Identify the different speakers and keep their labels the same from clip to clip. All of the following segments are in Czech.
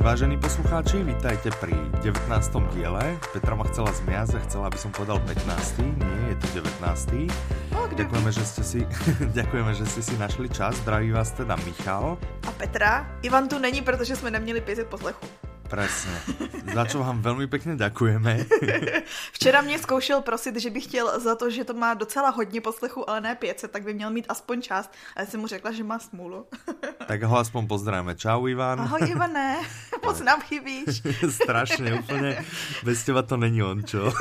Speaker 1: Vážení poslucháči, vítajte pri 19. diele. Petra ma chcela zmiaz a chcela, aby som povedal 15. Nie, je to 19.
Speaker 2: No, kdo ví?
Speaker 1: Ďakujeme, že ste si, ďakujeme, že ste si našli čas. Zdraví vás teda Michal.
Speaker 2: A Petra? Ivan tu není, protože jsme neměli 500 poslechů.
Speaker 1: Presne. Za čo vám veľmi pekne ďakujeme.
Speaker 2: Včera mě zkoušel prosit, že bych chtěl za to, že to má docela hodně poslechů, ale ne 500, tak by měl mít aspoň část. A já jsem mu řekla, že má smůlu.
Speaker 1: Tak ho aspoň pozdravíme. Čau, Ivan.
Speaker 2: Ahoj Ivane, moc nám chybíš.
Speaker 1: Strašne úplne. Bez teba to není on, čo?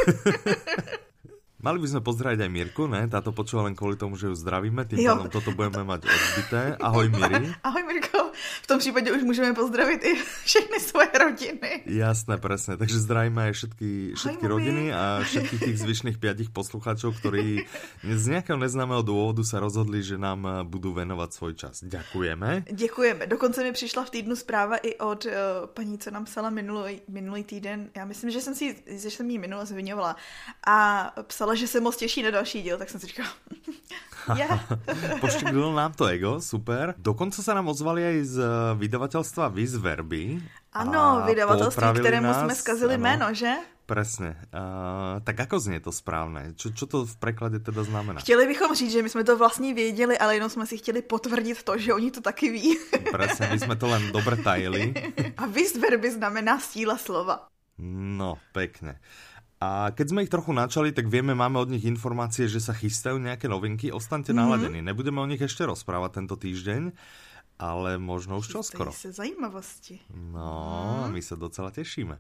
Speaker 1: Mali by sme pozdraviť aj Mirku, ne? Táto počula len kvôli tomu, že ju zdravíme, tým
Speaker 2: Jo.
Speaker 1: pádom toto budeme mať odbité. Ahoj Miri.
Speaker 2: Ahoj Mirko, v tom případě už můžeme pozdravit i všechny svoje rodiny.
Speaker 1: Jasné, presne. Takže zdravíme aj všetky, všetky
Speaker 2: mami.
Speaker 1: rodiny a všetkých tých zvyšných piatich poslucháčov, ktorí z nejakého neznámeho dôvodu sa rozhodli, že nám eh, budú venovať svoj čas. Ďakujeme.
Speaker 2: Děkujeme. Dokonce mi přišla v týdnu zpráva i od uh, paní, co nám psala minulý, minulý týden. Já myslím, že jsem, si, ji- že jsem jí minule zmiňovala. A psala, že se moc těší na další díl, tak jsem si říkala, je,
Speaker 1: Poštědil nám to ego, super. Dokonce sa nám ozvali aj z eh, vydavateľstva Vizverby.
Speaker 2: Ano, vydavatelství, kterému
Speaker 1: nás,
Speaker 2: jsme skazili
Speaker 1: ano.
Speaker 2: jméno, že?
Speaker 1: Presne. Uh, tak ako znie to správne? Čo, čo to v preklade teda znamená?
Speaker 2: Chtěli bychom říct, že my jsme to vlastně věděli, ale jenom jsme si chtěli potvrdit to, že oni to taky ví.
Speaker 1: Presne, my sme to len dobre tajili.
Speaker 2: A vis verbi znamená síla slova.
Speaker 1: No, pekne. A keď sme ich trochu načali, tak vieme, máme od nich informácie, že sa chystajú nejaké novinky. Ostaňte naladení. Nebudeme o nich ešte rozprávať tento týždeň, ale možno už čoskoro.
Speaker 2: Chystají se zajímavosti.
Speaker 1: No, my sa docela tešíme.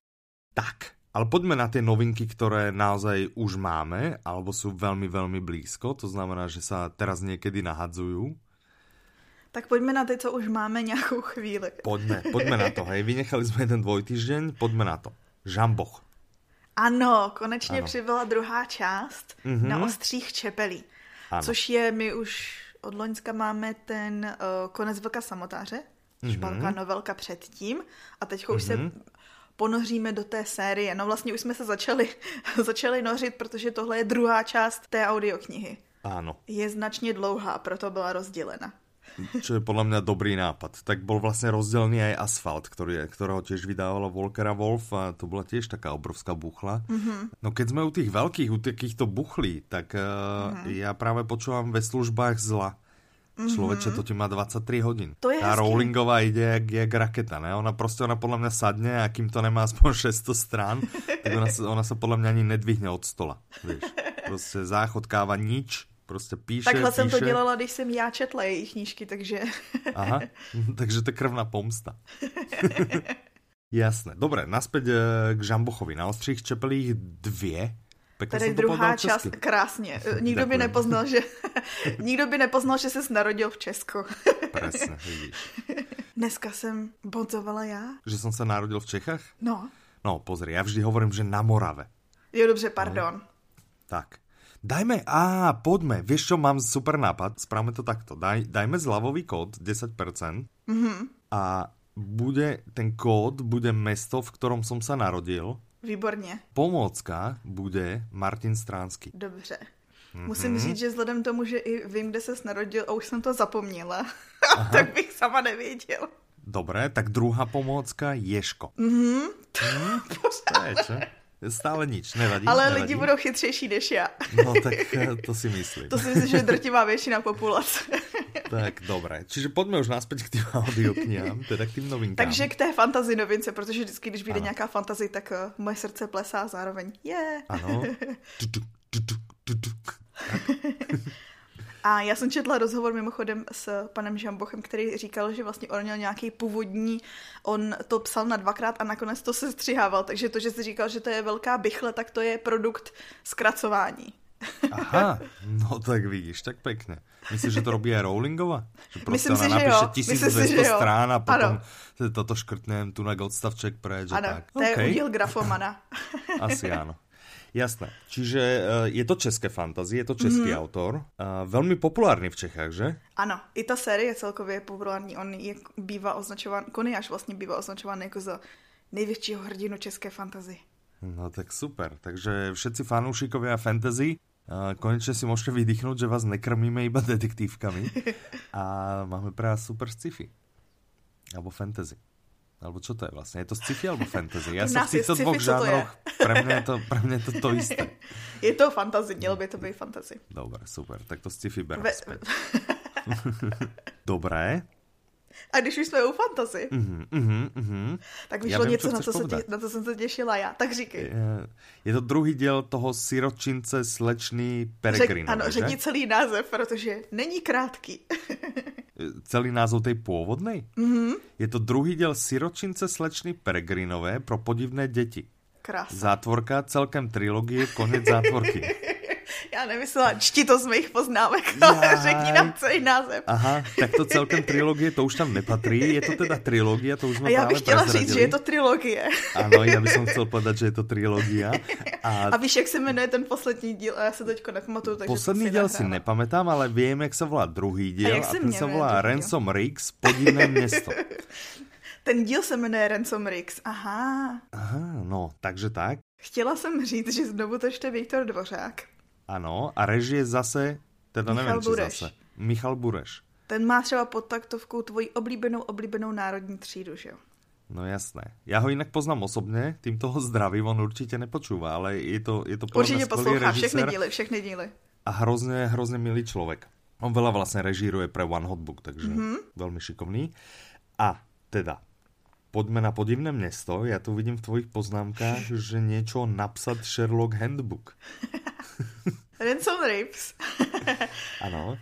Speaker 1: Tak, ale poďme na tie novinky, ktoré naozaj už máme, alebo sú veľmi, veľmi blízko. To znamená, že sa teraz niekedy nahadzujú.
Speaker 2: Tak pojďme na ty, co už máme nějakou chvíli.
Speaker 1: Poďme, poďme na to. Hej, vynechali sme jeden dvojtýždeň, poďme na to. Žamboch.
Speaker 2: Ano, konečně
Speaker 1: Ano.
Speaker 2: ano. přibyla druhá část
Speaker 1: Mhm.
Speaker 2: mm-hmm. na ostřích čepelí.
Speaker 1: Ano.
Speaker 2: Ano. Což je, my už od Loňska máme ten uh, konec Vlka samotáře, mm-hmm.
Speaker 1: Mhm.
Speaker 2: špalka novelka předtím a teď už mm-hmm. se ponoříme do té série. No vlastně už jsme se začali, začali nořit, protože tohle je druhá část té audioknihy.
Speaker 1: Áno.
Speaker 2: Je značně dlouhá, proto byla rozdělena.
Speaker 1: Čo je podľa mňa dobrý nápad. Tak bol vlastne rozdelený aj asfalt, ktorý, ktorého tiež vydávala Volkera Wolf a to bola tiež taká obrovská buchla. Mm-hmm.
Speaker 2: Mhm.
Speaker 1: No keď sme u tých veľkých, u takýchto buchlí, tak uh,
Speaker 2: Mhm.
Speaker 1: mm-hmm. ja práve počúvam ve službách zla. Mm-hmm. Človeče, to ti má 23 hodín.
Speaker 2: To je
Speaker 1: Tá
Speaker 2: hezký.
Speaker 1: Rowlingová ide jak, jak raketa, ne? Ona proste, ona podľa mňa sadne a kým to nemá aspoň 600 strán, tak ona, sa- ona sa podľa mňa ani nedvihne od stola. Vieš. Proste záchodkáva nič, proste píše,
Speaker 2: Takhle
Speaker 1: píše.
Speaker 2: jsem to dělala, když jsem já četla její knížky, takže
Speaker 1: Aha, takže to je krvná pomsta. Jasné. Dobre, naspäť eh, k Žambochovi. Na ostřích čepelích dvě. Pekne
Speaker 2: Tady
Speaker 1: som to
Speaker 2: druhá
Speaker 1: povedal
Speaker 2: část,
Speaker 1: česky.
Speaker 2: krásně. Eh, Nikdo by
Speaker 1: Děkujem.
Speaker 2: nepoznal, že nikdo by nepoznal, že ses narodil v Česku.
Speaker 1: Presne, vidíš.
Speaker 2: Dneska jsem bonzovala já.
Speaker 1: Že som sa narodil v Čechách?
Speaker 2: No,
Speaker 1: No, pozri, ja vždy hovorím, že na Morave.
Speaker 2: jo dobře,
Speaker 1: No.
Speaker 2: pardon.
Speaker 1: Tak. Dajme, a poďme, vieš čo, mám super nápad, správame to takto. Daj, dajme zľavový kód 10% mm-hmm.
Speaker 2: Mhm.
Speaker 1: a bude, ten kód bude mesto, v ktorom som sa narodil.
Speaker 2: Výborně,
Speaker 1: Pomôcka bude Martin Stránsky. Mhm.
Speaker 2: dobře. Musím říct, že vzhledem tomu, že i vím, kde ses narodil a už jsem to zapomněla, tak bych sama nevěděl.
Speaker 1: Dobre, tak druhá pomôcka, Ješko.
Speaker 2: Mhm.
Speaker 1: To je čo? Stále nič, nevadí.
Speaker 2: Ale
Speaker 1: nevadí.
Speaker 2: lidi budou chytřejší než já.
Speaker 1: No tak eh, to si myslím.
Speaker 2: To
Speaker 1: To...
Speaker 2: si myslím, že je drtivá většina populace.
Speaker 1: Tak dobre, čiže poďme už naspäť k tým audioknihám, teda k tým novinkám.
Speaker 2: Takže k té fantazi novince, protože vždycky, když vyjde
Speaker 1: Ano.
Speaker 2: nějaká fantazi, tak eh, moje srdce plesá zároveň. Je. Yeah.
Speaker 1: Ano. Tutuk, tutuk, tutuk.
Speaker 2: A já jsem četla rozhovor mimochodem s panem Žambochem, který říkal, že vlastně on měl nějaký původní, on to psal na dvakrát a nakonec to se střihával, takže to, že si říkal, že to je velká bychle, tak to je produkt zkracování.
Speaker 1: Aha, no tak vidíš, tak pekne. Myslíš, že to robí aj Rowlingova? Že proste
Speaker 2: Myslím
Speaker 1: ona
Speaker 2: si, že
Speaker 1: napíše
Speaker 2: jo. Myslím si, že
Speaker 1: 1200
Speaker 2: jo.
Speaker 1: strán a potom
Speaker 2: Ano.
Speaker 1: ano. toto škrtnem tu na odstavček preč. a
Speaker 2: Ano,
Speaker 1: tak.
Speaker 2: to je
Speaker 1: Okej.
Speaker 2: úděl grafomana.
Speaker 1: Asi áno. Jasné. Čiže eh, je to české fantazie, je to český mm.
Speaker 2: Mhm.
Speaker 1: autor. Eh, Velmi populárny v Čechách, že?
Speaker 2: Ano, i ta série celkově je populární, on je, bývá označován, Koniáš vlastně bývá označován jako za největšího hrdinu české fantazy.
Speaker 1: No tak super. Takže všetci fanúšikovia fantasy, eh, konečne si môžete vydýchnuť, že vás nekrmíme iba detektívkami. A máme pre vás super sci-fi. Alebo fantasy. Alebo čo to je vlastně? Je to sci-fi alebo fantasy? Já
Speaker 2: U
Speaker 1: se
Speaker 2: nás
Speaker 1: v
Speaker 2: je
Speaker 1: těchto
Speaker 2: sci-fi,
Speaker 1: dvou
Speaker 2: co to je?
Speaker 1: žánroch, pre mě je to, pre mě je to to isté.
Speaker 2: Je to fantazy, mělo by to být fantazy.
Speaker 1: Dobre, super, tak to sci-fi berám
Speaker 2: Ve-
Speaker 1: späť. Dobré.
Speaker 2: A když už jsme u fantazy,
Speaker 1: Mhm, mhm, mhm.
Speaker 2: tak
Speaker 1: Já
Speaker 2: vyšlo
Speaker 1: vím,
Speaker 2: něco,
Speaker 1: co
Speaker 2: na
Speaker 1: chceš
Speaker 2: co, se tě,
Speaker 1: povedat.
Speaker 2: na co jsem se těšila já. Tak říkej.
Speaker 1: Je- eh, Je to druhý diel toho siročince slečny
Speaker 2: Řek,
Speaker 1: Peregrinové,
Speaker 2: ano,
Speaker 1: že?
Speaker 2: řekni celý název, protože není krátký.
Speaker 1: Eh, Celý názov tej původnej? Mm-hmm.
Speaker 2: Mhm.
Speaker 1: Je to druhý diel siročince slečny Peregrinové pro podivné děti.
Speaker 2: Krásný.
Speaker 1: Zátvorka, celkem trilogie, konec zátvorky.
Speaker 2: Já nemyslela, čti to z mých poznámek,
Speaker 1: Jaj.
Speaker 2: ale řekni nám celý název.
Speaker 1: Aha, tak to celkem trilogie, to už tam nepatrí, je to teda trilogie, to už jsme
Speaker 2: A já
Speaker 1: právě
Speaker 2: bych chtěla říct,
Speaker 1: prezradili.
Speaker 2: že je to trilogie.
Speaker 1: Ano, já bych chtěl povedat, že je to trilogia. A
Speaker 2: A víš, jak se jmenuje ten poslední díl? A já se teďko nepamatuju, takže
Speaker 1: Posledný
Speaker 2: jsem
Speaker 1: diel si
Speaker 2: nahrála.
Speaker 1: nepamätám, ale vím, jak se volá druhý diel.
Speaker 2: jak se
Speaker 1: ten
Speaker 2: jmenuje
Speaker 1: se volá
Speaker 2: druhý diel?
Speaker 1: Ransom Riggs, podivné město.
Speaker 2: Ten díl se jmenuje Ransom Riggs. Aha.
Speaker 1: Aha, no, takže tak.
Speaker 2: Chtěla jsem říct, že znovu to ještě Viktor Dvořák.
Speaker 1: Ano, a režie zase, teda
Speaker 2: Michal
Speaker 1: nevím, či
Speaker 2: Bureš.
Speaker 1: zase. Michal Bureš.
Speaker 2: Ten má třeba pod taktovkou tvoji oblíbenou, oblíbenou národní třídu, že jo?
Speaker 1: No jasné. Já ho jinak poznám osobně, tím toho zdravím, on určitě nepočúva, ale je to, je to podle mě
Speaker 2: Určitě
Speaker 1: skvělý
Speaker 2: poslouchá všechny
Speaker 1: režisér
Speaker 2: díly, všechny díly.
Speaker 1: a hrozně, hrozně milý člověk. On veľa vlastně režíruje pre One Hot Book, takže mm-hmm.
Speaker 2: Mhm.
Speaker 1: velmi šikovný. A teda, Poďme na podivné město. Já tu vidím v tvojich poznámkách, že něco napsat Sherlock Handbook.
Speaker 2: Ransom Riggs,
Speaker 1: Ano.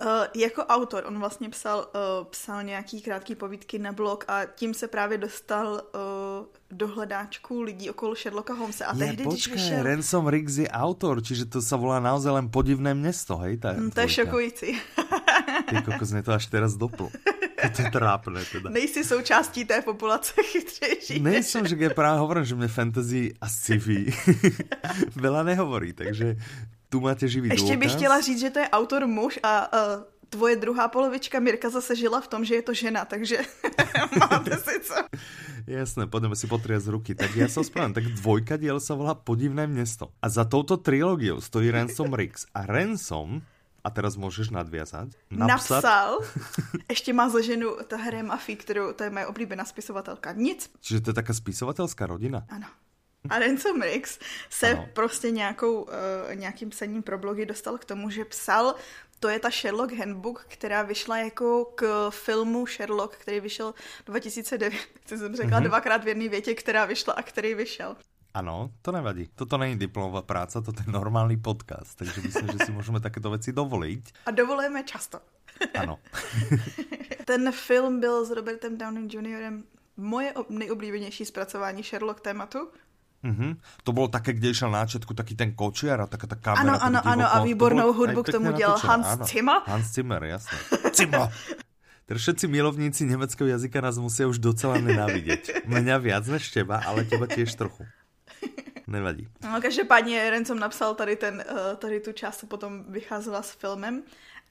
Speaker 2: eh, jako autor, on vlastně psal, eh, psal nějaký krátký povídky na blog a tím se právě dostal eh, do hledáčku lidí okolo Sherlocka Holmesa. A tehdy, když vyšel...
Speaker 1: Ransom Riggs je autor, čiže to se volá naozaj len podivné město, hej? Tá
Speaker 2: Hm, To je
Speaker 1: dvojka.
Speaker 2: šokující.
Speaker 1: Ty kokos, mě to až teraz doplo. To je trápné teda.
Speaker 2: Nejsi součástí té populace chytřejší.
Speaker 1: Nejsem, že ja práve hovorím, že mne fantasy a sci-fi veľa nehovorí, takže tu máte živý
Speaker 2: Ještě
Speaker 1: důkaz.
Speaker 2: bych chtěla říct, že to je autor muž a uh, tvoje druhá polovička Mirka zase žila v tom, že je to žena, takže máte si co.
Speaker 1: Jasné, pojďme si potriať z ruky. Tak já se ospravedlňujem, tak dvojka diel se volá Podivné město. A za touto trilogiou stojí Ransom Riggs. A Ransom, a teraz můžeš nadviazať, napsat,
Speaker 2: Napsal. Ještě má za ženu ta Harry Mafi, kterou, to je moje oblíbená spisovatelka. Nic.
Speaker 1: čiže to je taká spisovatelská rodina.
Speaker 2: Ano. A Ransom Riggs se
Speaker 1: Ano.
Speaker 2: ano. prostě nějakou, uh, nějakým psaním pro blogy dostal k tomu, že psal, to je ta Sherlock Handbook, která vyšla jako k filmu Sherlock, který vyšel 2009, co jsem řekla
Speaker 1: Mhm.
Speaker 2: mm-hmm. dvakrát v jedné větě, která vyšla a který vyšel.
Speaker 1: Ano, to nevadí. Toto není diplomová práca, toto je normální podcast, takže myslím, že si můžeme takéto věci dovolit.
Speaker 2: A dovolujeme často.
Speaker 1: Ano.
Speaker 2: Ten film byl s Robertem Downey Jr. moje ob- nejoblíbenější zpracování Sherlock tématu.
Speaker 1: Mm-hmm. To bylo také, kde šel náčetku taky ten kočiar a taká ta kamera.
Speaker 2: Ano,
Speaker 1: tak
Speaker 2: ano,
Speaker 1: divoko.
Speaker 2: ano, a
Speaker 1: To
Speaker 2: výbornou
Speaker 1: bylo-
Speaker 2: hudbu
Speaker 1: aj
Speaker 2: k
Speaker 1: pěkně
Speaker 2: tomu dělal
Speaker 1: natočené,
Speaker 2: Hans Zimmer.
Speaker 1: Hans Zimmer, jasné. Zimmer! Tedy všetci milovníci německého jazyka nás musí už docela nenávidět. Mňa viac než teba, ale teba tiež trochu. Nevadí.
Speaker 2: No, každopádně Ransom napsal tady, ten, eh, tady tu část, co potom vycházela s filmem.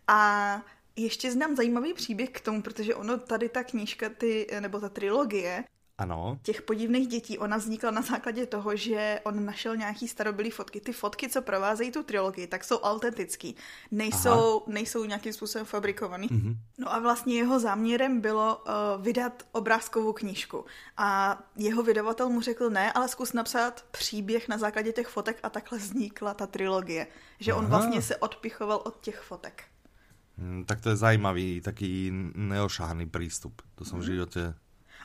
Speaker 2: A ještě znám zajímavý příběh k tomu, protože ono tady ta knížka, ty, nebo ta trilogie
Speaker 1: Ano,
Speaker 2: těch podivných dětí, ona vznikla na základě toho, že on našel nějaký starobylý fotky. Ty fotky, co provázejí tu trilogii, tak jsou autentický. Nejsou, nejsou nějakým způsobem fabrikovaný. Mm-hmm.
Speaker 1: Mhm.
Speaker 2: No a vlastně jeho záměrem bylo uh, vydat obrázkovou knížku. A jeho vydavatel mu řekl ne, ale zkus napsat příběh na základě těch fotek a takhle vznikla ta trilogie. Že Aha. on
Speaker 1: Aha.
Speaker 2: vlastně se odpichoval od těch fotek.
Speaker 1: Hm, tak to je zajímavý, taký neošáhaný přístup. To jsem v životě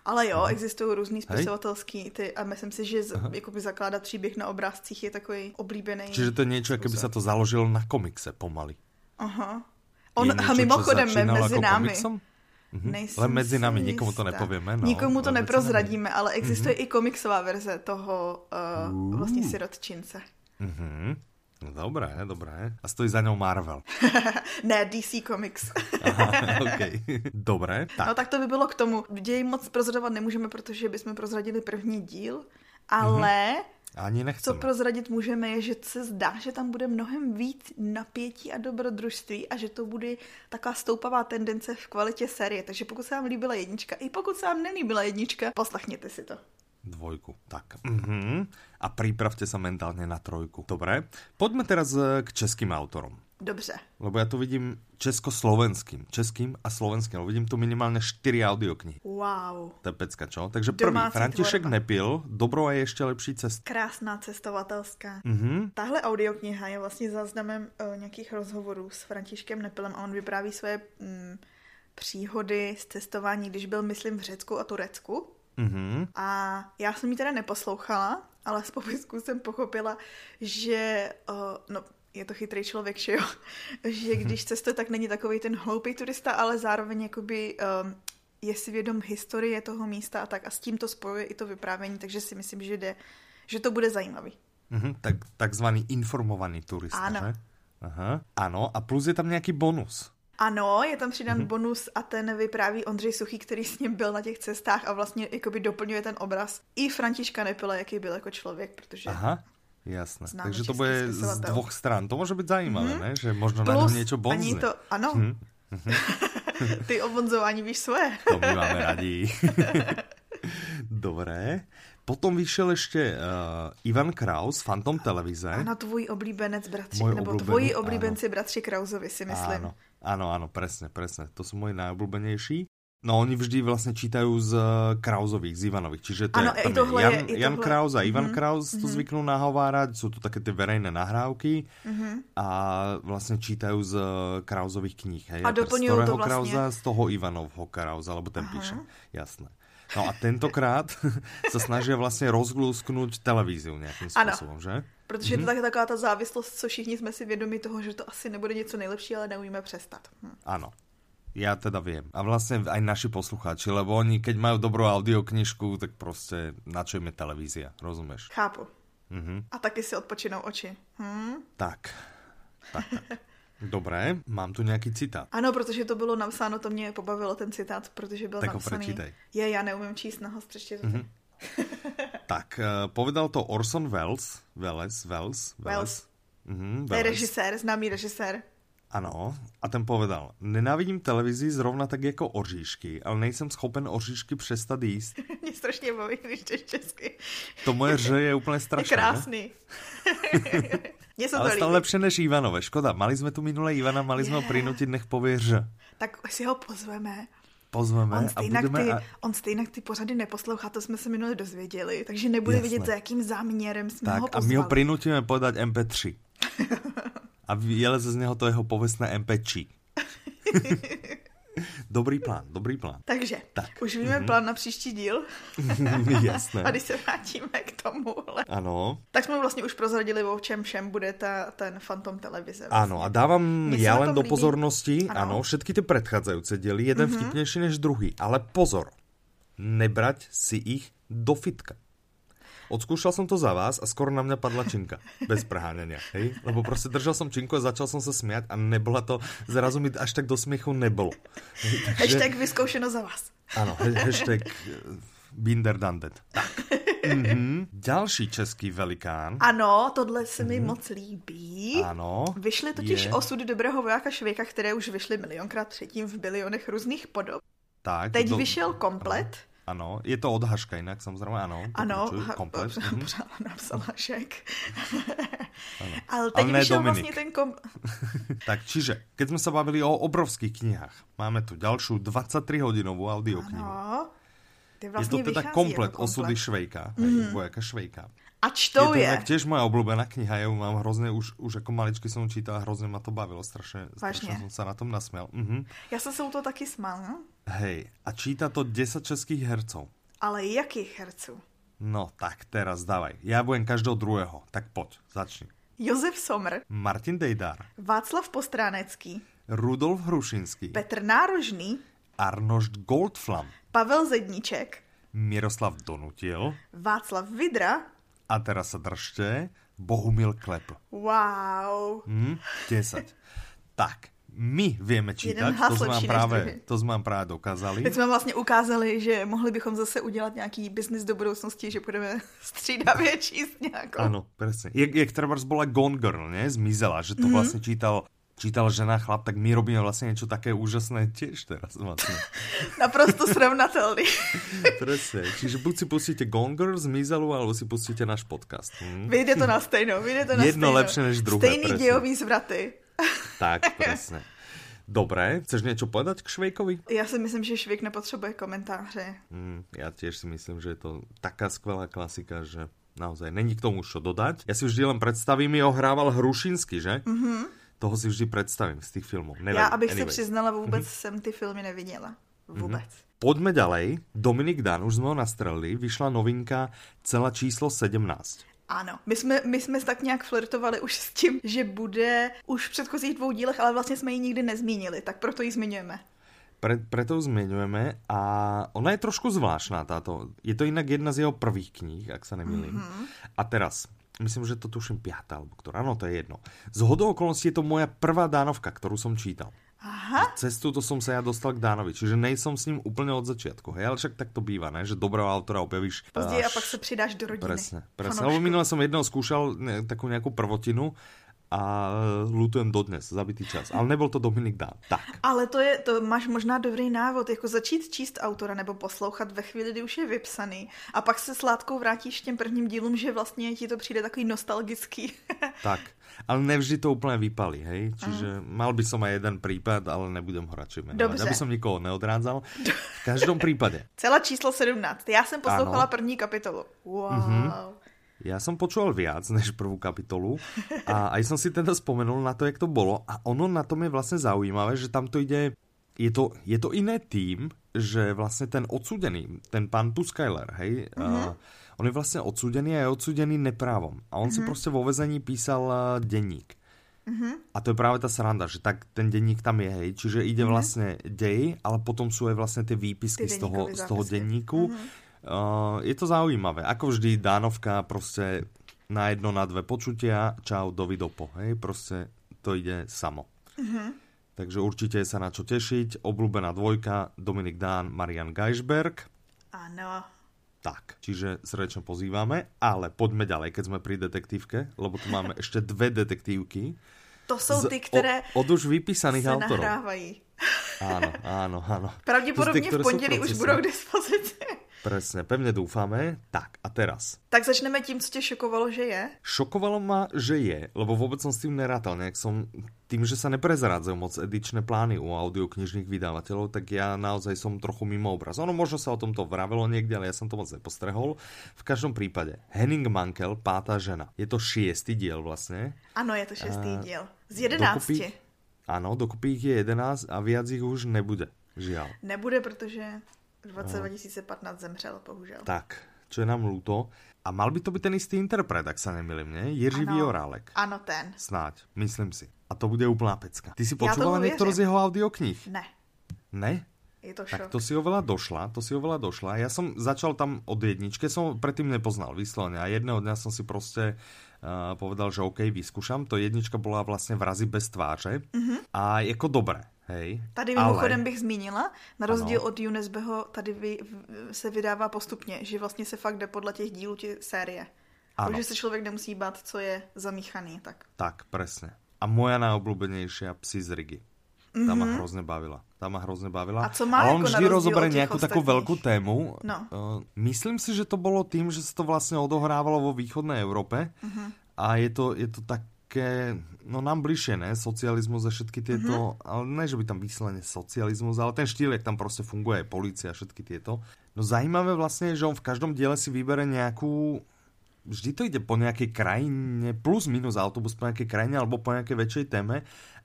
Speaker 2: Ale jo, existují různý spisovatelský ty a myslím si, že z, jakoby zakládat příběh na obrázcích je takový oblíbený.
Speaker 1: Čiže to je niečo, aké by sa to založilo na komikse pomaly.
Speaker 2: Aha. On
Speaker 1: je niečo,
Speaker 2: a
Speaker 1: čo
Speaker 2: mimochodem
Speaker 1: začínalo
Speaker 2: mezi
Speaker 1: ako
Speaker 2: námi.
Speaker 1: komiksom? Mhm.
Speaker 2: Nejsem
Speaker 1: Ale mezi
Speaker 2: si
Speaker 1: námi, nikomu to
Speaker 2: jistá.
Speaker 1: nepovíme, no,
Speaker 2: Nikomu
Speaker 1: ale
Speaker 2: to
Speaker 1: mezi Mhm.
Speaker 2: neprozradíme, ale existuje i komiksová verze toho uh, vlastně sirotčince.
Speaker 1: Mhm. No Dobré, dobré. A stojí za ňou Marvel.
Speaker 2: Ne, DC Comics.
Speaker 1: Aha, okay. Dobré, tak.
Speaker 2: no tak to by bylo k tomu. Děj moc prozradovat nemůžeme, protože bychom prozradili první díl, ale
Speaker 1: Mhm. Ani
Speaker 2: co
Speaker 1: nechceme.
Speaker 2: prozradit můžeme je, že se zdá, že tam bude mnohem víc napětí a dobrodružství a že to bude taková stoupavá tendence v kvalitě série. Takže pokud se vám líbila jednička, i pokud se vám nelíbila jednička, poslechněte si to.
Speaker 1: Dvojku. Tak. Mhm. A pripravte sa mentálne na trojku. Dobré. Poďme teraz eh, k e, českým autorom.
Speaker 2: Dobře.
Speaker 1: Lebo ja to vidím československým, českým a slovenským, lebo vidím tu minimálne 4 audioknihy.
Speaker 2: Wow.
Speaker 1: To je pecka, čo? Takže prvý,
Speaker 2: Domácí
Speaker 1: František
Speaker 2: tvorba.
Speaker 1: nepil, dobro je ešte lepší cesta.
Speaker 2: Krásná cestovatelská.
Speaker 1: Mhm.
Speaker 2: Tahle audiokniha je vlastně záznamem eh, nějakých rozhovorů s Františkem Nepelem a on vypráví svoje mm, příhody z cestování, když byl, myslím, v Řecku a Turecku.
Speaker 1: Mhm.
Speaker 2: A já jsem ji teda neposlouchala, ale z popisku jsem pochopila, že, uh, no, je to chytrý člověk, že jo,
Speaker 1: Mhm.
Speaker 2: že když cestuje, tak není takový ten hloupý turista, ale zároveň jakoby um, je si vědom historie toho místa a tak a s tím to spojuje i to vyprávění, takže si myslím, že jde, že to bude zajímavý.
Speaker 1: Mhm. Tak, takzvaný informovaný turista,
Speaker 2: Áno.
Speaker 1: že? Aha. Ano, a plus je tam nějaký bonus.
Speaker 2: Ano, je tam přidán
Speaker 1: Mhm.
Speaker 2: mm-hmm. bonus a ten vypráví Ondřej Suchý, který s ním byl na těch cestách a vlastně jakoby doplňuje ten obraz i Františka Nepila, jaký byl jako člověk, protože
Speaker 1: Aha. Jasné.
Speaker 2: Známy
Speaker 1: Takže to
Speaker 2: český
Speaker 1: bude z
Speaker 2: spisovatel.
Speaker 1: dvoch stran. To může být zajímavé, mm-hmm. ne? Že možno na
Speaker 2: plus
Speaker 1: něm něco
Speaker 2: ani
Speaker 1: bonzne.
Speaker 2: to, ano,
Speaker 1: Mhm.
Speaker 2: ty o bonzování víš svoje.
Speaker 1: To my máme radí. Dobré. Potom vyšel ještě uh, Ivan Kraus, Fantom televize.
Speaker 2: Ano, tvůj oblíbenec bratři,
Speaker 1: Můj
Speaker 2: nebo
Speaker 1: oblíbený,
Speaker 2: tvoji
Speaker 1: ano.
Speaker 2: oblíbenci bratři Krausovi si myslím.
Speaker 1: Áno, áno, áno, presne, presne. To sú moji najobľúbenejší. No oni vždy vlastne čítajú z eh, Krausových, z Ivanových. Čiže to
Speaker 2: Áno,
Speaker 1: je,
Speaker 2: i
Speaker 1: tam je
Speaker 2: tohle je-
Speaker 1: Jan,
Speaker 2: i
Speaker 1: Jan
Speaker 2: tohle- Mhm,
Speaker 1: Kraus a Ivan Kraus to zvyknú nahovárať. Sú to také tie verejné nahrávky
Speaker 2: Mhm.
Speaker 1: a vlastne čítajú z eh, Krausových kníh. Hej?
Speaker 2: A
Speaker 1: teraz
Speaker 2: doplňujú
Speaker 1: z
Speaker 2: to
Speaker 1: ktorého
Speaker 2: vlastne.
Speaker 1: Krausa, z toho Ivanovho Krausa, lebo ten píše. Jasné. No a tentokrát sa snažia vlastne rozglúsknúť televíziu nejakým
Speaker 2: Áno.
Speaker 1: spôsobom, že?
Speaker 2: Protože je to
Speaker 1: Mhm.
Speaker 2: tak, taková ta závislost, co všichni jsme si vědomi toho, že to asi nebude něco nejlepší, ale neumíme přestat. Hm.
Speaker 1: Áno. Ja teda viem. A vlastne aj naši poslucháči, lebo oni, keď majú dobrú audioknižku, tak proste na čo im je televízia, rozumieš?
Speaker 2: Chápu.
Speaker 1: Mhm.
Speaker 2: A taky si odpočinou oči. Hm?
Speaker 1: Tak. Tak, tak. Dobré, mám tu nejaký citát.
Speaker 2: Ano, protože to bylo napsáno, to mě pobavilo ten citát, protože byl
Speaker 1: Tak ho Mhm.
Speaker 2: napsaný.
Speaker 1: prečítaj.
Speaker 2: Je, já neumím číst, na ho přečtěte. Mm-hmm.
Speaker 1: Tak, eh, povedal to Orson Welles, Welles, Welles, Welles. Mhm,
Speaker 2: To je
Speaker 1: Welles.
Speaker 2: režisér, známý režisér.
Speaker 1: Ano, a ten povedal, nenávidím televizi zrovna tak jako oříšky, ale nejsem schopen oříšky přestat jíst.
Speaker 2: mě strašně baví, když čteš česky.
Speaker 1: To moje ře je úplně
Speaker 2: Je
Speaker 1: strašné. ne?
Speaker 2: krásný. Mně se to
Speaker 1: Ale
Speaker 2: líbí.
Speaker 1: stále lepší než Ivanové, škoda. Mali jsme tu minule Ivana, mali jsme ho
Speaker 2: Je.
Speaker 1: přinutit, nech pově ř.
Speaker 2: Tak si ho pozveme.
Speaker 1: Pozveme
Speaker 2: On
Speaker 1: a
Speaker 2: stejnak,
Speaker 1: budeme...
Speaker 2: ty,
Speaker 1: A...
Speaker 2: on stejnak ty pořady neposlouchá, to jsme se minule dozvěděli, takže nebude
Speaker 1: Jasné.
Speaker 2: vědět, za jakým záměrem jsme
Speaker 1: Tak,
Speaker 2: ho
Speaker 1: a
Speaker 2: pozvali.
Speaker 1: my ho prinutíme podat MP3. A vyleze z něho to jeho povestné MP3. dobrý plán, dobrý plán.
Speaker 2: Takže, tak. už víme plán na příští díl a
Speaker 1: Mhm. Jasné.
Speaker 2: když se vrátíme k tomuhle.
Speaker 1: Ano,
Speaker 2: Tak jsme vlastně už prozradili, o čem všem bude ta, ten Phantom televize.
Speaker 1: ano, a dávám
Speaker 2: Mně se
Speaker 1: já
Speaker 2: na
Speaker 1: len
Speaker 2: tom Mhm.
Speaker 1: do
Speaker 2: líbí.
Speaker 1: pozornosti,
Speaker 2: Ano.
Speaker 1: ano, všetky ty predchádzajúce diely, jeden vtipnější než druhý, ale pozor, nebrať si ich do fitka. Odskúšal som to za vás a skoro na mňa padla činka. Bez preháňania, hej? Lebo proste držal som činku a začal som sa smiať a nebola to, zrazu mi až tak do smiechu nebolo. Hej, Takže,
Speaker 2: Hashtag vyzkoušeno za vás.
Speaker 1: áno, he- hashtag eh, Binder done that. Tak. Mhm. Ďalší český velikán,
Speaker 2: Ano, tohle se mi moc líbí.
Speaker 1: áno,
Speaker 2: Vyšly totiž
Speaker 1: Mhm. je-
Speaker 2: osud dobrého vojáka Švejka, které už vyšly milionkrát předtím v bilionech různých podob.
Speaker 1: tak,
Speaker 2: Teď
Speaker 1: do-
Speaker 2: vyšel komplet.
Speaker 1: Ano, je to od Haška jinak samozřejmě, ano.
Speaker 2: Ano,
Speaker 1: pokračuj,
Speaker 2: ha-
Speaker 1: komplet.
Speaker 2: pořád-
Speaker 1: Mhm.
Speaker 2: pořád napsala Šek. Ale teď
Speaker 1: Ale ne
Speaker 2: vyšel
Speaker 1: Dominik.
Speaker 2: vlastně ten kom...
Speaker 1: Tak čiže, keď jsme se bavili o obrovských knihách, máme tu další 23 hodinovou audioknihu.
Speaker 2: No, ty
Speaker 1: Je
Speaker 2: vlastně
Speaker 1: to teda
Speaker 2: vlastne vychází
Speaker 1: komplet
Speaker 2: jako
Speaker 1: osudy Švejka, mm. vojaka Švejka.
Speaker 2: A čtou
Speaker 1: je to
Speaker 2: je.
Speaker 1: jinak těž moje oblíbená kniha, já ju mám hrozně, už, už jako maličky jsem čítal, hrozně ma to bavilo, strašně, strašně
Speaker 2: Vážně?
Speaker 1: jsem se na tom nasměl. Mhm.
Speaker 2: Já jsem se u toho taky smál, no?
Speaker 1: Hej, a čítá to 10 českých hercov.
Speaker 2: Ale jakých herců?
Speaker 1: No tak teraz dávaj, já budem každého druhého, tak pojď, začni.
Speaker 2: Josef Somr,
Speaker 1: Martin Dejdar,
Speaker 2: Václav Postránecký,
Speaker 1: Rudolf Hrušinský,
Speaker 2: Petr Nárožný,
Speaker 1: Arnošt Goldflam,
Speaker 2: Pavel Zedníček,
Speaker 1: Miroslav Donutil
Speaker 2: Václav Vidra,
Speaker 1: a teraz sa držte, Bohumil Klep.
Speaker 2: wow,
Speaker 1: Hm? 10. tak, my vieme čítať, to
Speaker 2: Jeden
Speaker 1: sme, vám
Speaker 2: hlasovší než
Speaker 1: práve,
Speaker 2: druhý.
Speaker 1: to sme vám práve dokázali.
Speaker 2: Teď jsme vlastně ukázali, že mohli bychom zase udělat nějaký biznis do budoucnosti, že budeme střídavě číst nějakou.
Speaker 1: Áno, presne. Jak, jak trebárs bola Gone Girl, ne? Zmizela, že to mm-hmm. vlastne čítal čítal žena, chlap, tak my robíme vlastne niečo také úžasné tiež teraz vlastne.
Speaker 2: Naprosto srovnatelný.
Speaker 1: Presne. Čiže buď si pustíte Gone Girl, Zmizelu, alebo si pustíte náš podcast. Hm?
Speaker 2: Vyjde to na stejno, vyjde to na
Speaker 1: Jedno
Speaker 2: stejno.
Speaker 1: lepší než druhé,
Speaker 2: Stejný
Speaker 1: přesně.
Speaker 2: dějový zvraty.
Speaker 1: Tak, presne. Dobré, chceš niečo povedať k Švejkovi?
Speaker 2: Já si myslím, že Švik nepotřebuje komentáře.
Speaker 1: Mm, ja tiež si myslím, že je to taká skvelá klasika, že naozaj není k tomu čo dodať. Ja si vždy len predstavím, jo, hrával Hrušinsky, že? Mm-hmm. Toho si vždy představím z tých filmů. Nevím,
Speaker 2: Já, abych anyway. se přiznala,
Speaker 1: Mhm.
Speaker 2: vůbec jsem ty filmy neviděla. Vůbec. Mm-hmm.
Speaker 1: Poďme ďalej. Dominik Dan, už jsme ho nastrelili, vyšla novinka cela číslo 17.
Speaker 2: Ano, my jsme, my jsme tak nějak flirtovali už s tím, že bude už v předchozích dvou dílech, ale vlastně jsme ji nikdy nezmínili, tak proto ji zmiňujeme.
Speaker 1: Pre, preto zmiňujeme a ona je trošku zvláštná táto. Je to jinak jedna z jeho prvých knih, jak se nemýlím.
Speaker 2: Mhm.
Speaker 1: Mm-hmm. A teraz, myslím, že to tuším pátá, alebo ktorá, no to je jedno. Z hodou okolností je to moja prvá dánovka, kterou jsem čítal.
Speaker 2: Aha.
Speaker 1: Cez túto som sa ja dostal k Dánovi, čiže nejsem s ním úplne od začiatku, hej, ale však tak to býva, ne, že dobrého autora objavíš.
Speaker 2: Později až... a pak se přidáš do rodiny.
Speaker 1: Presne, presne. Lebo minule som jednou skúšal ne, takú nejakú prvotinu a e, lutujem dodnes, zabitý čas. Ale nebyl to Dominik Dán. Tak.
Speaker 2: Ale to je, to máš možná dobrý návod, jako začít číst autora nebo poslouchat ve chvíli, kdy už je vypsaný. A pak se s látkou vrátíš těm prvním dílům, že vlastně ti to přijde takový nostalgický.
Speaker 1: tak. Ale nevždy to úplně vypali, hej? Čiže mm. mal by som aj jeden prípad, ale nebudem ho radši jmenovat. Dobře. Aby som nikoho neodrádzal. V každém případě.
Speaker 2: Celá číslo 17. Já jsem poslouchala ano. první kapitolu. Wow. Mm-hmm.
Speaker 1: Ja som počúval viac než prvú kapitolu a aj som si teda spomenul na to, jak to bolo a ono na tom je vlastne zaujímavé, že tam to ide, je to, je to iné tým, že vlastne ten odsudený, ten pán Puskajler, hej, mm -hmm. a on je vlastne odsudený a je odsudený neprávom a on mm -hmm. si prostě vo vezení písal denník. Mm-hmm. A to je právě ta sranda, že tak ten denník tam je, hej. Čiže ide mm-hmm. vlastně děj, ale potom jsou je vlastně ty výpisky ty z toho, z toho denníku. Mm-hmm. Uh, je to zaujímavé. Ako vždy, Dánovka prostě na jedno, na dve počutia, čau, dovidopo, hej, prostě to ide samo. Mm -hmm. Takže určitě je sa na čo tešiť. Obľúbená dvojka, Dominik Dán, Marian Geisberg.
Speaker 2: Ano.
Speaker 1: Tak, čiže srdečne pozývame, ale poďme ďalej, keď sme pri detektívke, lebo tu máme ešte dve detektívky.
Speaker 2: To jsou ty, které
Speaker 1: od, od už vypísaných se autorů.
Speaker 2: nahrávají.
Speaker 1: Ano, ano, ano.
Speaker 2: Pravděpodobně ty, v pondělí už budou k dispozici.
Speaker 1: Presne, pevne dúfame. Tak, a teraz.
Speaker 2: Tak začneme tím, co tě šokovalo, že je?
Speaker 1: Šokovalo ma, že je, lebo vôbec som s tým nerátal. Nejak som, tým, že sa neprezrádzajú moc edičné plány u audioknižných vydavateľov, tak ja naozaj som trochu mimo obraz. Ono možno sa o tomto vravelo niekde, ale ja som to moc nepostrehol. V každom prípade, Henning Mankel, pátá žena. Je to šiestý diel vlastne.
Speaker 2: Ano, je to šestý a... diel. Z jedenácti. Dokupy...
Speaker 1: Ano, dokupy ich je jedenáct a viac ich už nebude. Žiaľ.
Speaker 2: Nebude, protože v roce 2015 zemřel, bohužel.
Speaker 1: Tak, čo je nám ľúto. A mal by to být ten istý interpret, ak sa nemýlim, ne? Jiří Viorálek.
Speaker 2: Ano, ten.
Speaker 1: Snáď, myslím si. A to bude úplná pecka. Ty si počúvala některou z jeho audioknih?
Speaker 2: Ne.
Speaker 1: Ne?
Speaker 2: Je to
Speaker 1: šok. Tak to si oveľa došla, to si oveľa došla. Ja som začal tam od jedničky, som predtým nepoznal vyslovene a jedného dňa som si prostě uh, povedal, že OK, vyskúšam. To jednička bola vlastne v razi bez tváře mm -hmm. a jako dobré. Hej,
Speaker 2: Mhm. tady mimochodem ale... bych zmínila, na rozdíl ano. od Unesbeho, tady vy, se vydává postupně, že vlastně se fakt jde podle těch dílů tě série. Ano. Takže se člověk nemusí bát, co je zamíchaný. Tak,
Speaker 1: tak presne. A moja nejoblúbenejšia psi z Rigi. Mm-hmm. Ta ma hrozně bavila. Ta ma hrozně bavila.
Speaker 2: Mhm. A co má
Speaker 1: a on
Speaker 2: jako
Speaker 1: vždy rozobere nějakou takovou velkou tému.
Speaker 2: No.
Speaker 1: Uh, myslím si, že to bylo tím, že se to vlastně odohrávalo vo východné Evropě.
Speaker 2: Mhm.
Speaker 1: Mm-hmm. A je to, je to tak také, no nám bližšie, ne, socializmus a všetky tieto, mm -hmm.
Speaker 2: Mhm.
Speaker 1: ale ne, že by tam výsledne socializmus, ale ten štýl, jak tam prostě funguje, policia a všetky tieto. No zajímavé vlastně je, že on v každom diele si vybere nějakou, vždy to ide po nějaké krajině, plus minus autobus po nějaké krajině, alebo po nějaké väčšej téme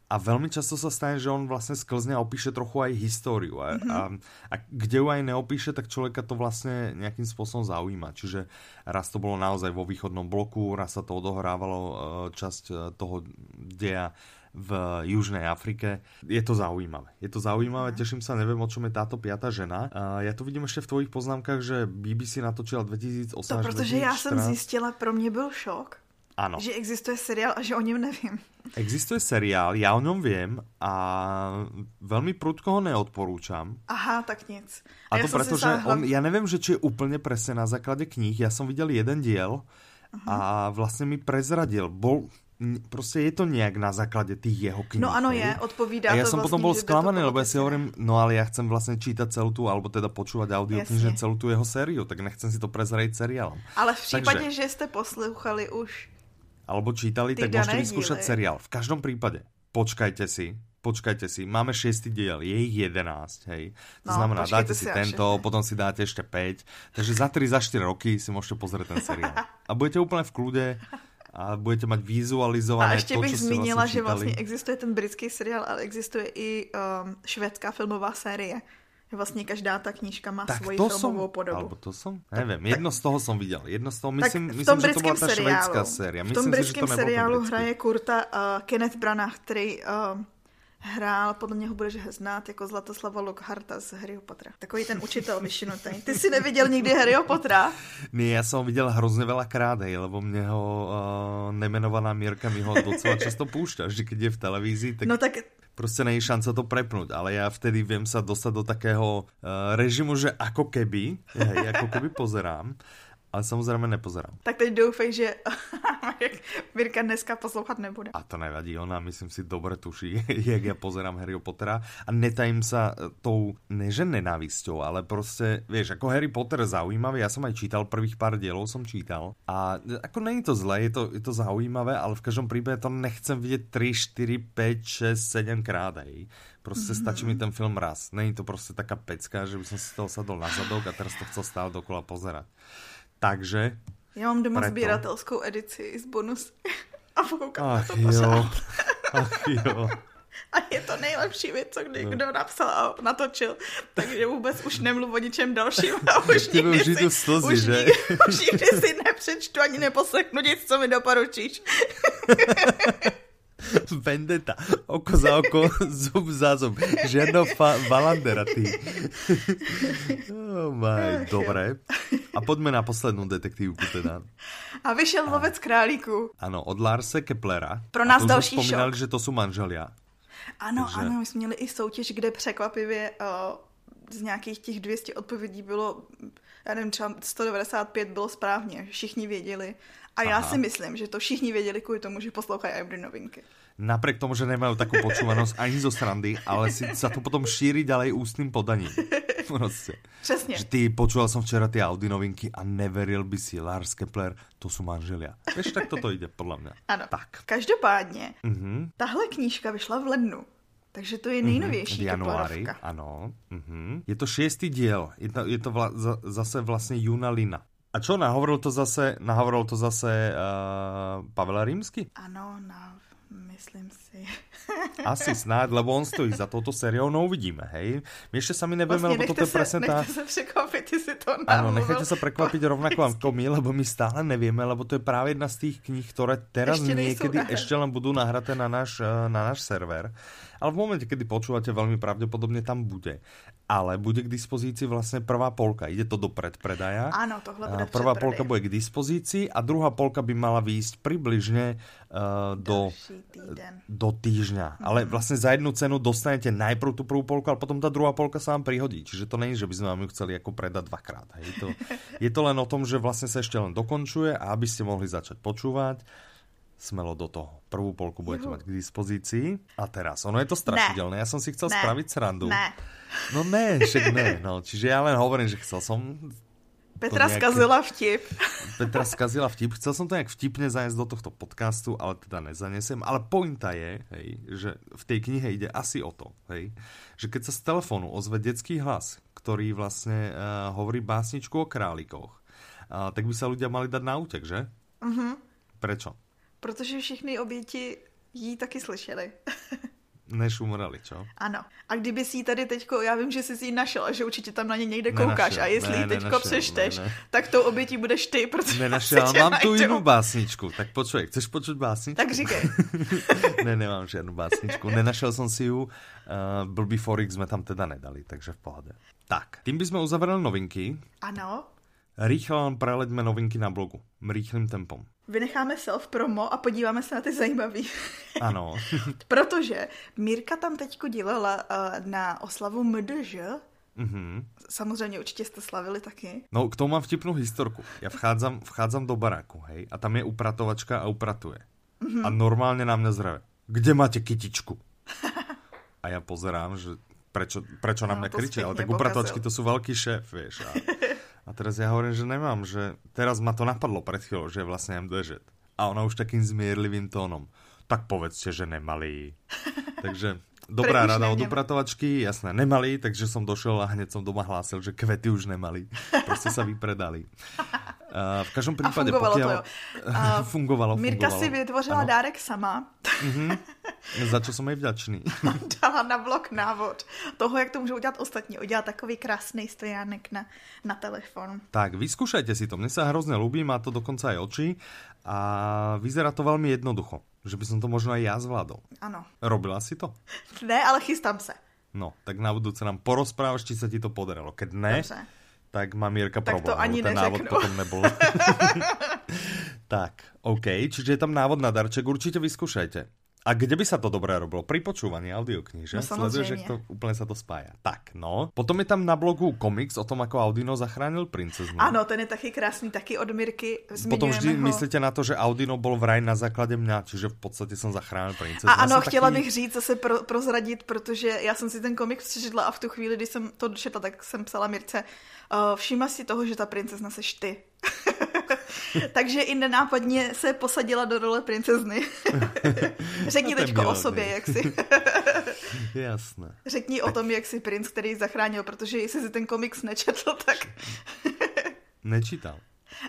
Speaker 1: a velmi často se stane, že on vlastně sklzne a opíše trochu aj historiu a, mm -hmm. a, a kde ju aj neopíše, tak člověka to vlastně nějakým způsobem zaujíma. Čiže raz to bylo naozaj vo východnom bloku, raz sa to odohrávalo e, časť toho deja v e, Južnej Afrike. Je to zaujímavé. Je to zaujímavé, teším sa, neviem, o čom je táto piata žena. Uh, ja tu vidím ešte v tvojich poznámkach, že BBC natočila 2008
Speaker 2: To protože
Speaker 1: 2014.
Speaker 2: já jsem zjistila, pro mě byl šok.
Speaker 1: Ano.
Speaker 2: Že existuje seriál a že o něm nevím.
Speaker 1: Existuje seriál, já o něm vím a velmi prudko ho neodporúčam.
Speaker 2: Aha, tak nic.
Speaker 1: A, a to proto, že on, já nevím, že či je úplně presne na základě knih, já jsem viděl jeden díl
Speaker 2: Mhm.
Speaker 1: uh-huh. a vlastně mi prezradil, bol, prostě je to nějak na základě těch jeho knih.
Speaker 2: No ano je, odpovídá
Speaker 1: a já
Speaker 2: to vlastne
Speaker 1: jsem
Speaker 2: vlastně,
Speaker 1: potom byl
Speaker 2: že
Speaker 1: sklamaný,
Speaker 2: to
Speaker 1: lebo já si hovorím, no ale já chcem vlastně čítat celou tu, alebo teda počúvat audioknižně celou tu jeho sériu, tak nechcem si to prezradit seriálem.
Speaker 2: Ale v případě, Takže, že jste poslouchali už
Speaker 1: alebo čítali,
Speaker 2: Ty
Speaker 1: tak můžete vyzkoušet seriál. V každém případě počkajte si, počkajte si, máme šestý diel, je ich 11, hej. To
Speaker 2: No,
Speaker 1: znamená,
Speaker 2: počkejte
Speaker 1: dáte si
Speaker 2: si až
Speaker 1: tento,
Speaker 2: šestý.
Speaker 1: potom si dáte ešte 5, takže za 3, za 4 roky si môžete pozrieť ten seriál. A budete úplne v kľude a budete mať
Speaker 2: A
Speaker 1: vizualizované
Speaker 2: ještě
Speaker 1: to,
Speaker 2: bych
Speaker 1: čo ste
Speaker 2: zmínila,
Speaker 1: vlastne
Speaker 2: že vlastně
Speaker 1: čítali.
Speaker 2: existuje ten britský seriál, ale existuje i um, švédská filmová série. Vlastně každá ta knížka má
Speaker 1: tak
Speaker 2: svoji
Speaker 1: to som,
Speaker 2: filmovou podobu.
Speaker 1: alebo to som, neviem, jedno z toho som videl, jedno z toho,
Speaker 2: Tak
Speaker 1: myslím,
Speaker 2: v
Speaker 1: myslím
Speaker 2: tom
Speaker 1: že to bola
Speaker 2: britském
Speaker 1: tá
Speaker 2: seriálu,
Speaker 1: švédská séria,
Speaker 2: v tom
Speaker 1: myslím si, že to
Speaker 2: britském
Speaker 1: nebol
Speaker 2: seriálu
Speaker 1: ten britský.
Speaker 2: hraje Kurta uh, Kenneth Branagh, který uh, hrál, podle mě ho budeš znát, jako Zlatoslava Lockharta z Harryho Pottera. Takový ten učitel vyšinutý. Ty jsi neviděl nikdy Harryho Pottera?
Speaker 1: Ne, já jsem ho viděl hrozně velakrát, hej, lebo mě ho uh, nemenovaná Mírka mi ho docela často púšťa, vždy, když je v televízi, tak
Speaker 2: No tak
Speaker 1: prostě není šance to prepnout, ale já vtedy vím se dostat do takého uh, režimu, že ako keby, hej, ako keby pozerám, ale samozřejmě nepozerám.
Speaker 2: tak teď doufej, že Mirka dneska poslouchat nebude.
Speaker 1: A to nevadí, ona myslím si dobre tuší, jak ja pozerám Harryho Pottera a netajím sa eh, tou, neže nenávisťou, ale prostě, vieš, ako Harry Potter zaujímavý, ja som aj čítal prvých pár dielov, som čítal a eh, ako není to zlé, je to, je to zaujímavé, ale v každom prípade to nechcem vidieť 3, 4, 5, 6, 7 krát, hej. Prostě stačí mi ten film raz. Není to prostě taká pecka, že by som si toho sadol na zadok a teraz to chcel stále dokola pozerať. Takže
Speaker 2: Já mám doma
Speaker 1: Preto.
Speaker 2: sbíratelskou edici s bonus a koukám na
Speaker 1: Ach
Speaker 2: to
Speaker 1: jo,
Speaker 2: pořád.
Speaker 1: ach jo.
Speaker 2: A je to nejlepší věc, co kdy kdo napsal a natočil. Takže vůbec už nemluv o ničem dalším a už
Speaker 1: Ty
Speaker 2: nikdy
Speaker 1: už jdu
Speaker 2: si,
Speaker 1: slzy,
Speaker 2: už,
Speaker 1: že?
Speaker 2: nikdy, už nikdy si nepřečtu ani neposlechnu nic, co mi doporučíš.
Speaker 1: Vendeta. Oko za oko, zub za zub. Žiadno fa- Valandera, ty. Oh my,
Speaker 2: Ach, jo.
Speaker 1: dobre. A poďme na poslednú detektívku teda.
Speaker 2: A vyšel lovec králíků.
Speaker 1: Áno, od Larse Keplera.
Speaker 2: Pro
Speaker 1: A
Speaker 2: nás
Speaker 1: to už sme
Speaker 2: další
Speaker 1: spomínali, že to sú manželia.
Speaker 2: Ano,
Speaker 1: Takže-
Speaker 2: ano, my jsme měli i soutěž, kde překvapivě uh, z nějakých těch 200 odpovědí bylo, já nevím, třeba 195 bylo správně, všichni věděli. A já
Speaker 1: Aha.
Speaker 2: si myslím, že to všichni věděli kvůli tomu, že poslouchají Ibry novinky.
Speaker 1: Napriek tomu, že nemajú takú počúvanosť ani zo srandy, ale si sa to potom šíri ďalej ústnym podaním. Proste.
Speaker 2: Přesně.
Speaker 1: Že ty, počúval som včera tie Audi novinky a neveril by si, Lars Kepler, to sú manželia. Vieš, tak toto ide, podľa mňa.
Speaker 2: Ano.
Speaker 1: Tak.
Speaker 2: Každopádně,
Speaker 1: Mhm.
Speaker 2: Tahle knížka vyšla v lednu, takže to je
Speaker 1: v
Speaker 2: nejnovější
Speaker 1: januári,
Speaker 2: Keporovka.
Speaker 1: ano. Mhm. Je to šestý diel, je to, je to vla, za, zase vlastně Juna Lina. A čo, nahovoril to zase, nahovoril to zase uh, Pavela Rímsky?
Speaker 2: Ano, no, myslím si.
Speaker 1: Asi snad, lebo on stojí za touto seriou, no uvidíme, hej. My ještě sami nebudeme,
Speaker 2: Vlastně
Speaker 1: lebo toto
Speaker 2: nechte,
Speaker 1: je
Speaker 2: se,
Speaker 1: presne tá...
Speaker 2: nechte se překvapit, ty si to namluvil.
Speaker 1: Áno, no. nechajte sa prekvapiť rovnako ako my, lebo my stále nevieme, lebo to je práve jedna z tých kníh, ktoré teraz
Speaker 2: Ešte
Speaker 1: ešte
Speaker 2: nejsou
Speaker 1: niekedy
Speaker 2: nahraté.
Speaker 1: ešte len budú nahraté na náš, eh, na náš server. Ale v momente, kedy počúvate, veľmi pravdepodobne tam bude. Ale bude k dispozícii vlastne prvá polka. Ide to do predpredaja.
Speaker 2: Ano, tohle bude
Speaker 1: Eh, Prvá
Speaker 2: v
Speaker 1: polka bude k dispozícii a druhá polka by mala výjsť približne eh, do
Speaker 2: Další týden.
Speaker 1: do týždňa.
Speaker 2: Mhm.
Speaker 1: Mm-hmm. Ale vlastne za jednu cenu dostanete najprv tú prvú polku, ale potom tá druhá polka sa vám prihodí. Čiže to není, že by sme vám ju chceli ako predať dvakrát. Hej. To, je to len o tom, že vlastne sa ešte len dokončuje a aby ste mohli začať počúvať, smelo do toho. Prvú polku budete
Speaker 2: Juhu.
Speaker 1: mať k dispozícii. A teraz, ono je to strašidelné. Ja som si chcel spraviť srandu.
Speaker 2: Ne.
Speaker 1: No ne, však ne. No, čiže ja len hovorím, že chcel som
Speaker 2: Petra
Speaker 1: nějaký-
Speaker 2: zkazila vtip.
Speaker 1: Petra skazila vtip. Chcel som to nejak vtipne zaniesť do tohto podcastu, ale teda nezanesiem. Ale pointa je, hej, že v tej knihe ide asi o to, hej, že keď sa z telefónu ozve detský hlas, ktorý vlastne uh, hovorí básničku o králikoch, uh, tak by sa ľudia mali dať na útek, že? Mm-hmm. Prečo?
Speaker 2: Protože všichni oběti jí taky slyšeli.
Speaker 1: Než umreli, čo?
Speaker 2: Ano. A kdyby si ji tady teďko, já vím, že jsi si ji našel a že určitě tam na ně někde koukáš
Speaker 1: Nenašel.
Speaker 2: a jestli
Speaker 1: Ne,
Speaker 2: ji teďko
Speaker 1: nenašel, ne,
Speaker 2: přečteš,
Speaker 1: ne.
Speaker 2: tak tou obětí budeš ty, protože
Speaker 1: Nenašiel,
Speaker 2: se tě
Speaker 1: mám tu
Speaker 2: najdou.
Speaker 1: inú básničku. Tak počuj, chceš počuť básničku?
Speaker 2: Tak říkej.
Speaker 1: ne, nemám žiadnu básničku. Nenašiel som si ju. Uh, blbý forik sme tam teda nedali, takže v pohode. Tak, tým by sme uzavreli novinky.
Speaker 2: Ano,
Speaker 1: Rýchlo len preleďme novinky na blogu. Rýchlým tempom.
Speaker 2: Vynecháme self-promo a podíváme se na ty zajímavý.
Speaker 1: Áno.
Speaker 2: Protože Mírka tam teďko dělala uh, na oslavu MDŽ.
Speaker 1: Mhm.
Speaker 2: Samozřejmě určitě jste slavili taky.
Speaker 1: no, k tomu mám vtipnú historku. Ja vchádzam, vchádzam do baráku, hej, a tam je upratovačka a upratuje.
Speaker 2: Mhm.
Speaker 1: A normálne na mňa zreve. Kde máte kytičku? A ja pozerám, že prečo, prečo na
Speaker 2: No,
Speaker 1: mňa
Speaker 2: to
Speaker 1: kričí, ale
Speaker 2: spätne
Speaker 1: tak upratovačky
Speaker 2: pokazil.
Speaker 1: to sú veľký šéf, vieš. A, a teraz ja hovorím, že nemám, že teraz ma to napadlo pred chvíľou, že je vlastne MDŽ. A ona už takým zmierlivým tónom. tak povedzte, že nemali. Takže dobrá
Speaker 2: Pre- už
Speaker 1: rada od
Speaker 2: nemali.
Speaker 1: upratovačky, jasné, nemali, takže som došel a hneď som doma hlásil, že kvety už nemali. Proste sa vypredali. Uh, v každom prípade,
Speaker 2: fungovalo to,
Speaker 1: pokiaľ...
Speaker 2: jo. A
Speaker 1: fungovalo,
Speaker 2: Mirka
Speaker 1: fungovalo.
Speaker 2: si vytvořila
Speaker 1: Ano.
Speaker 2: dárek sama,
Speaker 1: Za čo som jej vďačný.
Speaker 2: dala na blok návod toho, jak to můžou udělat ostatní. Udělat takový krásný stojánek na, na telefon.
Speaker 1: Tak, vyskúšajte si to. Mne sa hrozne ľúbi, má to dokonca aj oči a vyzerá to veľmi jednoducho. Že by som to možno aj ja zvládol.
Speaker 2: Ano.
Speaker 1: Robila si to?
Speaker 2: Ne, ale chystám se.
Speaker 1: No, tak na budúce nám porozprávaš, či sa ti to podarilo. Keď ne,
Speaker 2: Dobře.
Speaker 1: tak má Mírka
Speaker 2: Tak
Speaker 1: problém.
Speaker 2: to ani
Speaker 1: lebo ten návod
Speaker 2: neřeknu.
Speaker 1: potom nebol. tak, OK, čiže je tam návod na darček, určite vyskúšajte. A kde by sa to dobré robilo? Pri počúvaní audiokníže.
Speaker 2: No, samozřejmě.
Speaker 1: Sleduješ, jak to úplne sa to spája. Tak, no. Potom je tam na blogu komiks o tom, ako Audino zachránil princeznu.
Speaker 2: Ano, ten je taky krásný, taky od Mirky.
Speaker 1: No. Potom
Speaker 2: Zmiňujeme
Speaker 1: vždy
Speaker 2: ho.
Speaker 1: myslíte na to, že Audino bol vraj na základe mňa, čiže v podstate som zachránil princezu.
Speaker 2: A
Speaker 1: Ja
Speaker 2: ano,
Speaker 1: som
Speaker 2: chtěla bych říct, zase pro, prozradit, protože já jsem si ten komik přečetla a v tu chvíli, když jsem to dočetla, tak jsem psala Mirce, uh, všimla si toho, že ta princezna seš ty. Takže i nenápadně se posadila do role princezny.
Speaker 1: No,
Speaker 2: Řekni
Speaker 1: to je
Speaker 2: teďko o
Speaker 1: milé,
Speaker 2: sobě,
Speaker 1: ne?
Speaker 2: jak si.
Speaker 1: Jasné.
Speaker 2: Řekni o tom, jak si princ, který ji zachránil, protože jestli si ten komiks nečetl, tak
Speaker 1: Nečítal.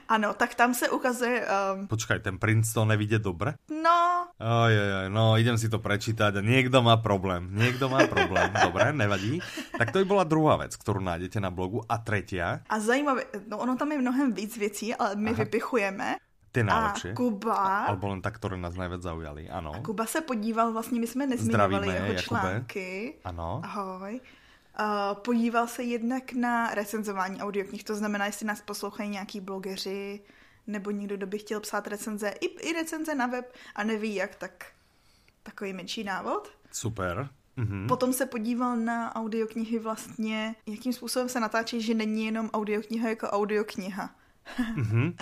Speaker 2: ano, tak tam se ukazuje, um,
Speaker 1: Počkaj, ten princ to nevidie dobre?
Speaker 2: no,
Speaker 1: Oj, oj, oj, no idem si to prečítať a niekto má problém, niekto má problém, dobre, nevadí. Tak to by bola druhá vec, ktorú nájdete na blogu. A tretia,
Speaker 2: a zajímavé, no ono tam je mnohem víc věcí, ale my Aha. vypichujeme.
Speaker 1: tie
Speaker 2: A
Speaker 1: najlepšie,
Speaker 2: Kuba...
Speaker 1: alebo len tak, ktoré nás najviac zaujali, áno.
Speaker 2: Kuba se podíval, vlastně my jsme nezmiňovali
Speaker 1: Zdravíme,
Speaker 2: jeho
Speaker 1: Jakube.
Speaker 2: články.
Speaker 1: Áno,
Speaker 2: Ahoj. Uh, podíval se jednak na recenzování audioknih, to znamená, jestli nás poslouchají nějaký blogeři nebo někdo, kdo by chtěl psát recenze, i, i recenze na web a neví jak, tak takový menší návod.
Speaker 1: super. Mhm.
Speaker 2: Potom se podíval na audioknihy vlastně, jakým způsobem se natáčí, že není jenom audiokniha jako audiokniha.
Speaker 1: Mhm.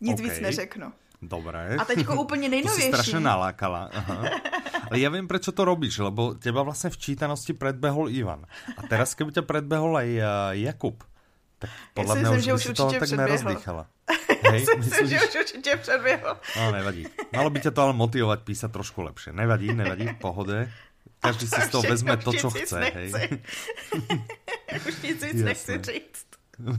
Speaker 2: Nic
Speaker 1: Okej.
Speaker 2: víc neřeknu.
Speaker 1: Dobre.
Speaker 2: A teďko úplně
Speaker 1: To si
Speaker 2: nejnovější.
Speaker 1: strašne nalákala. Aha. Ale ja viem, prečo to robíš, lebo teba vlastne v čítanosti predbehol Ivan. A teraz, keby ťa predbehol aj uh, Jakub, tak podľa
Speaker 2: si
Speaker 1: mňa
Speaker 2: myslím,
Speaker 1: už
Speaker 2: že
Speaker 1: by
Speaker 2: už
Speaker 1: si toho
Speaker 2: určite
Speaker 1: tak
Speaker 2: predběhl.
Speaker 1: nerozdýchala. Hej,
Speaker 2: Myslím, si, že už určitě předběhl.
Speaker 1: No, nevadí. Malo by ťa to ale motivovať písať trošku lepšie. Nevadí, nevadí, v pohode. Každý si z toho
Speaker 2: Všechno,
Speaker 1: vezme to,
Speaker 2: už
Speaker 1: čo
Speaker 2: nic
Speaker 1: chce.
Speaker 2: nechci.
Speaker 1: Hej.
Speaker 2: už nic víc
Speaker 1: Jasné.
Speaker 2: nechci říct.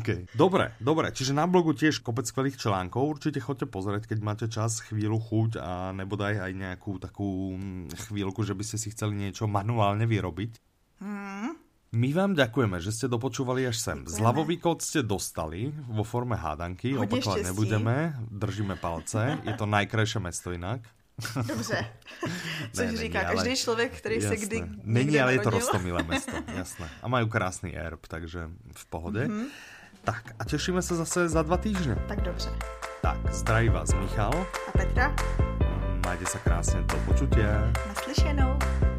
Speaker 1: Okay. Dobre, dobre, čiže na blogu tiež kopec skvelých článkov, určite chodte pozrieť, keď máte čas, chvíľu, chuť a nebodaj aj nejakú takú mm, chvíľku, že by ste si chceli niečo manuálne vyrobiť.
Speaker 2: Hmm,
Speaker 1: My vám ďakujeme, že ste dopočúvali až sem. Ďakujeme. Zľavový kód ste dostali vo forme hádanky,
Speaker 2: Hodne
Speaker 1: opakovať
Speaker 2: šťastí.
Speaker 1: nebudeme, držíme palce, je to najkrajšie mesto inak.
Speaker 2: Dobře. Což
Speaker 1: není,
Speaker 2: říká
Speaker 1: ale-
Speaker 2: každý člověk, který se kdy
Speaker 1: Není,
Speaker 2: někde
Speaker 1: ale je to
Speaker 2: narodil.
Speaker 1: roztomilé mesto, jasné. A majú krásny erb, takže v pohode.
Speaker 2: Mhm.
Speaker 1: Mm-hmm. Tak a tešíme sa zase za dva týždne.
Speaker 2: Tak dobře.
Speaker 1: Tak, zdraví vás Michal,
Speaker 2: A teda Petra,
Speaker 1: majte sa krásne, do počutia.
Speaker 2: naslyšenou.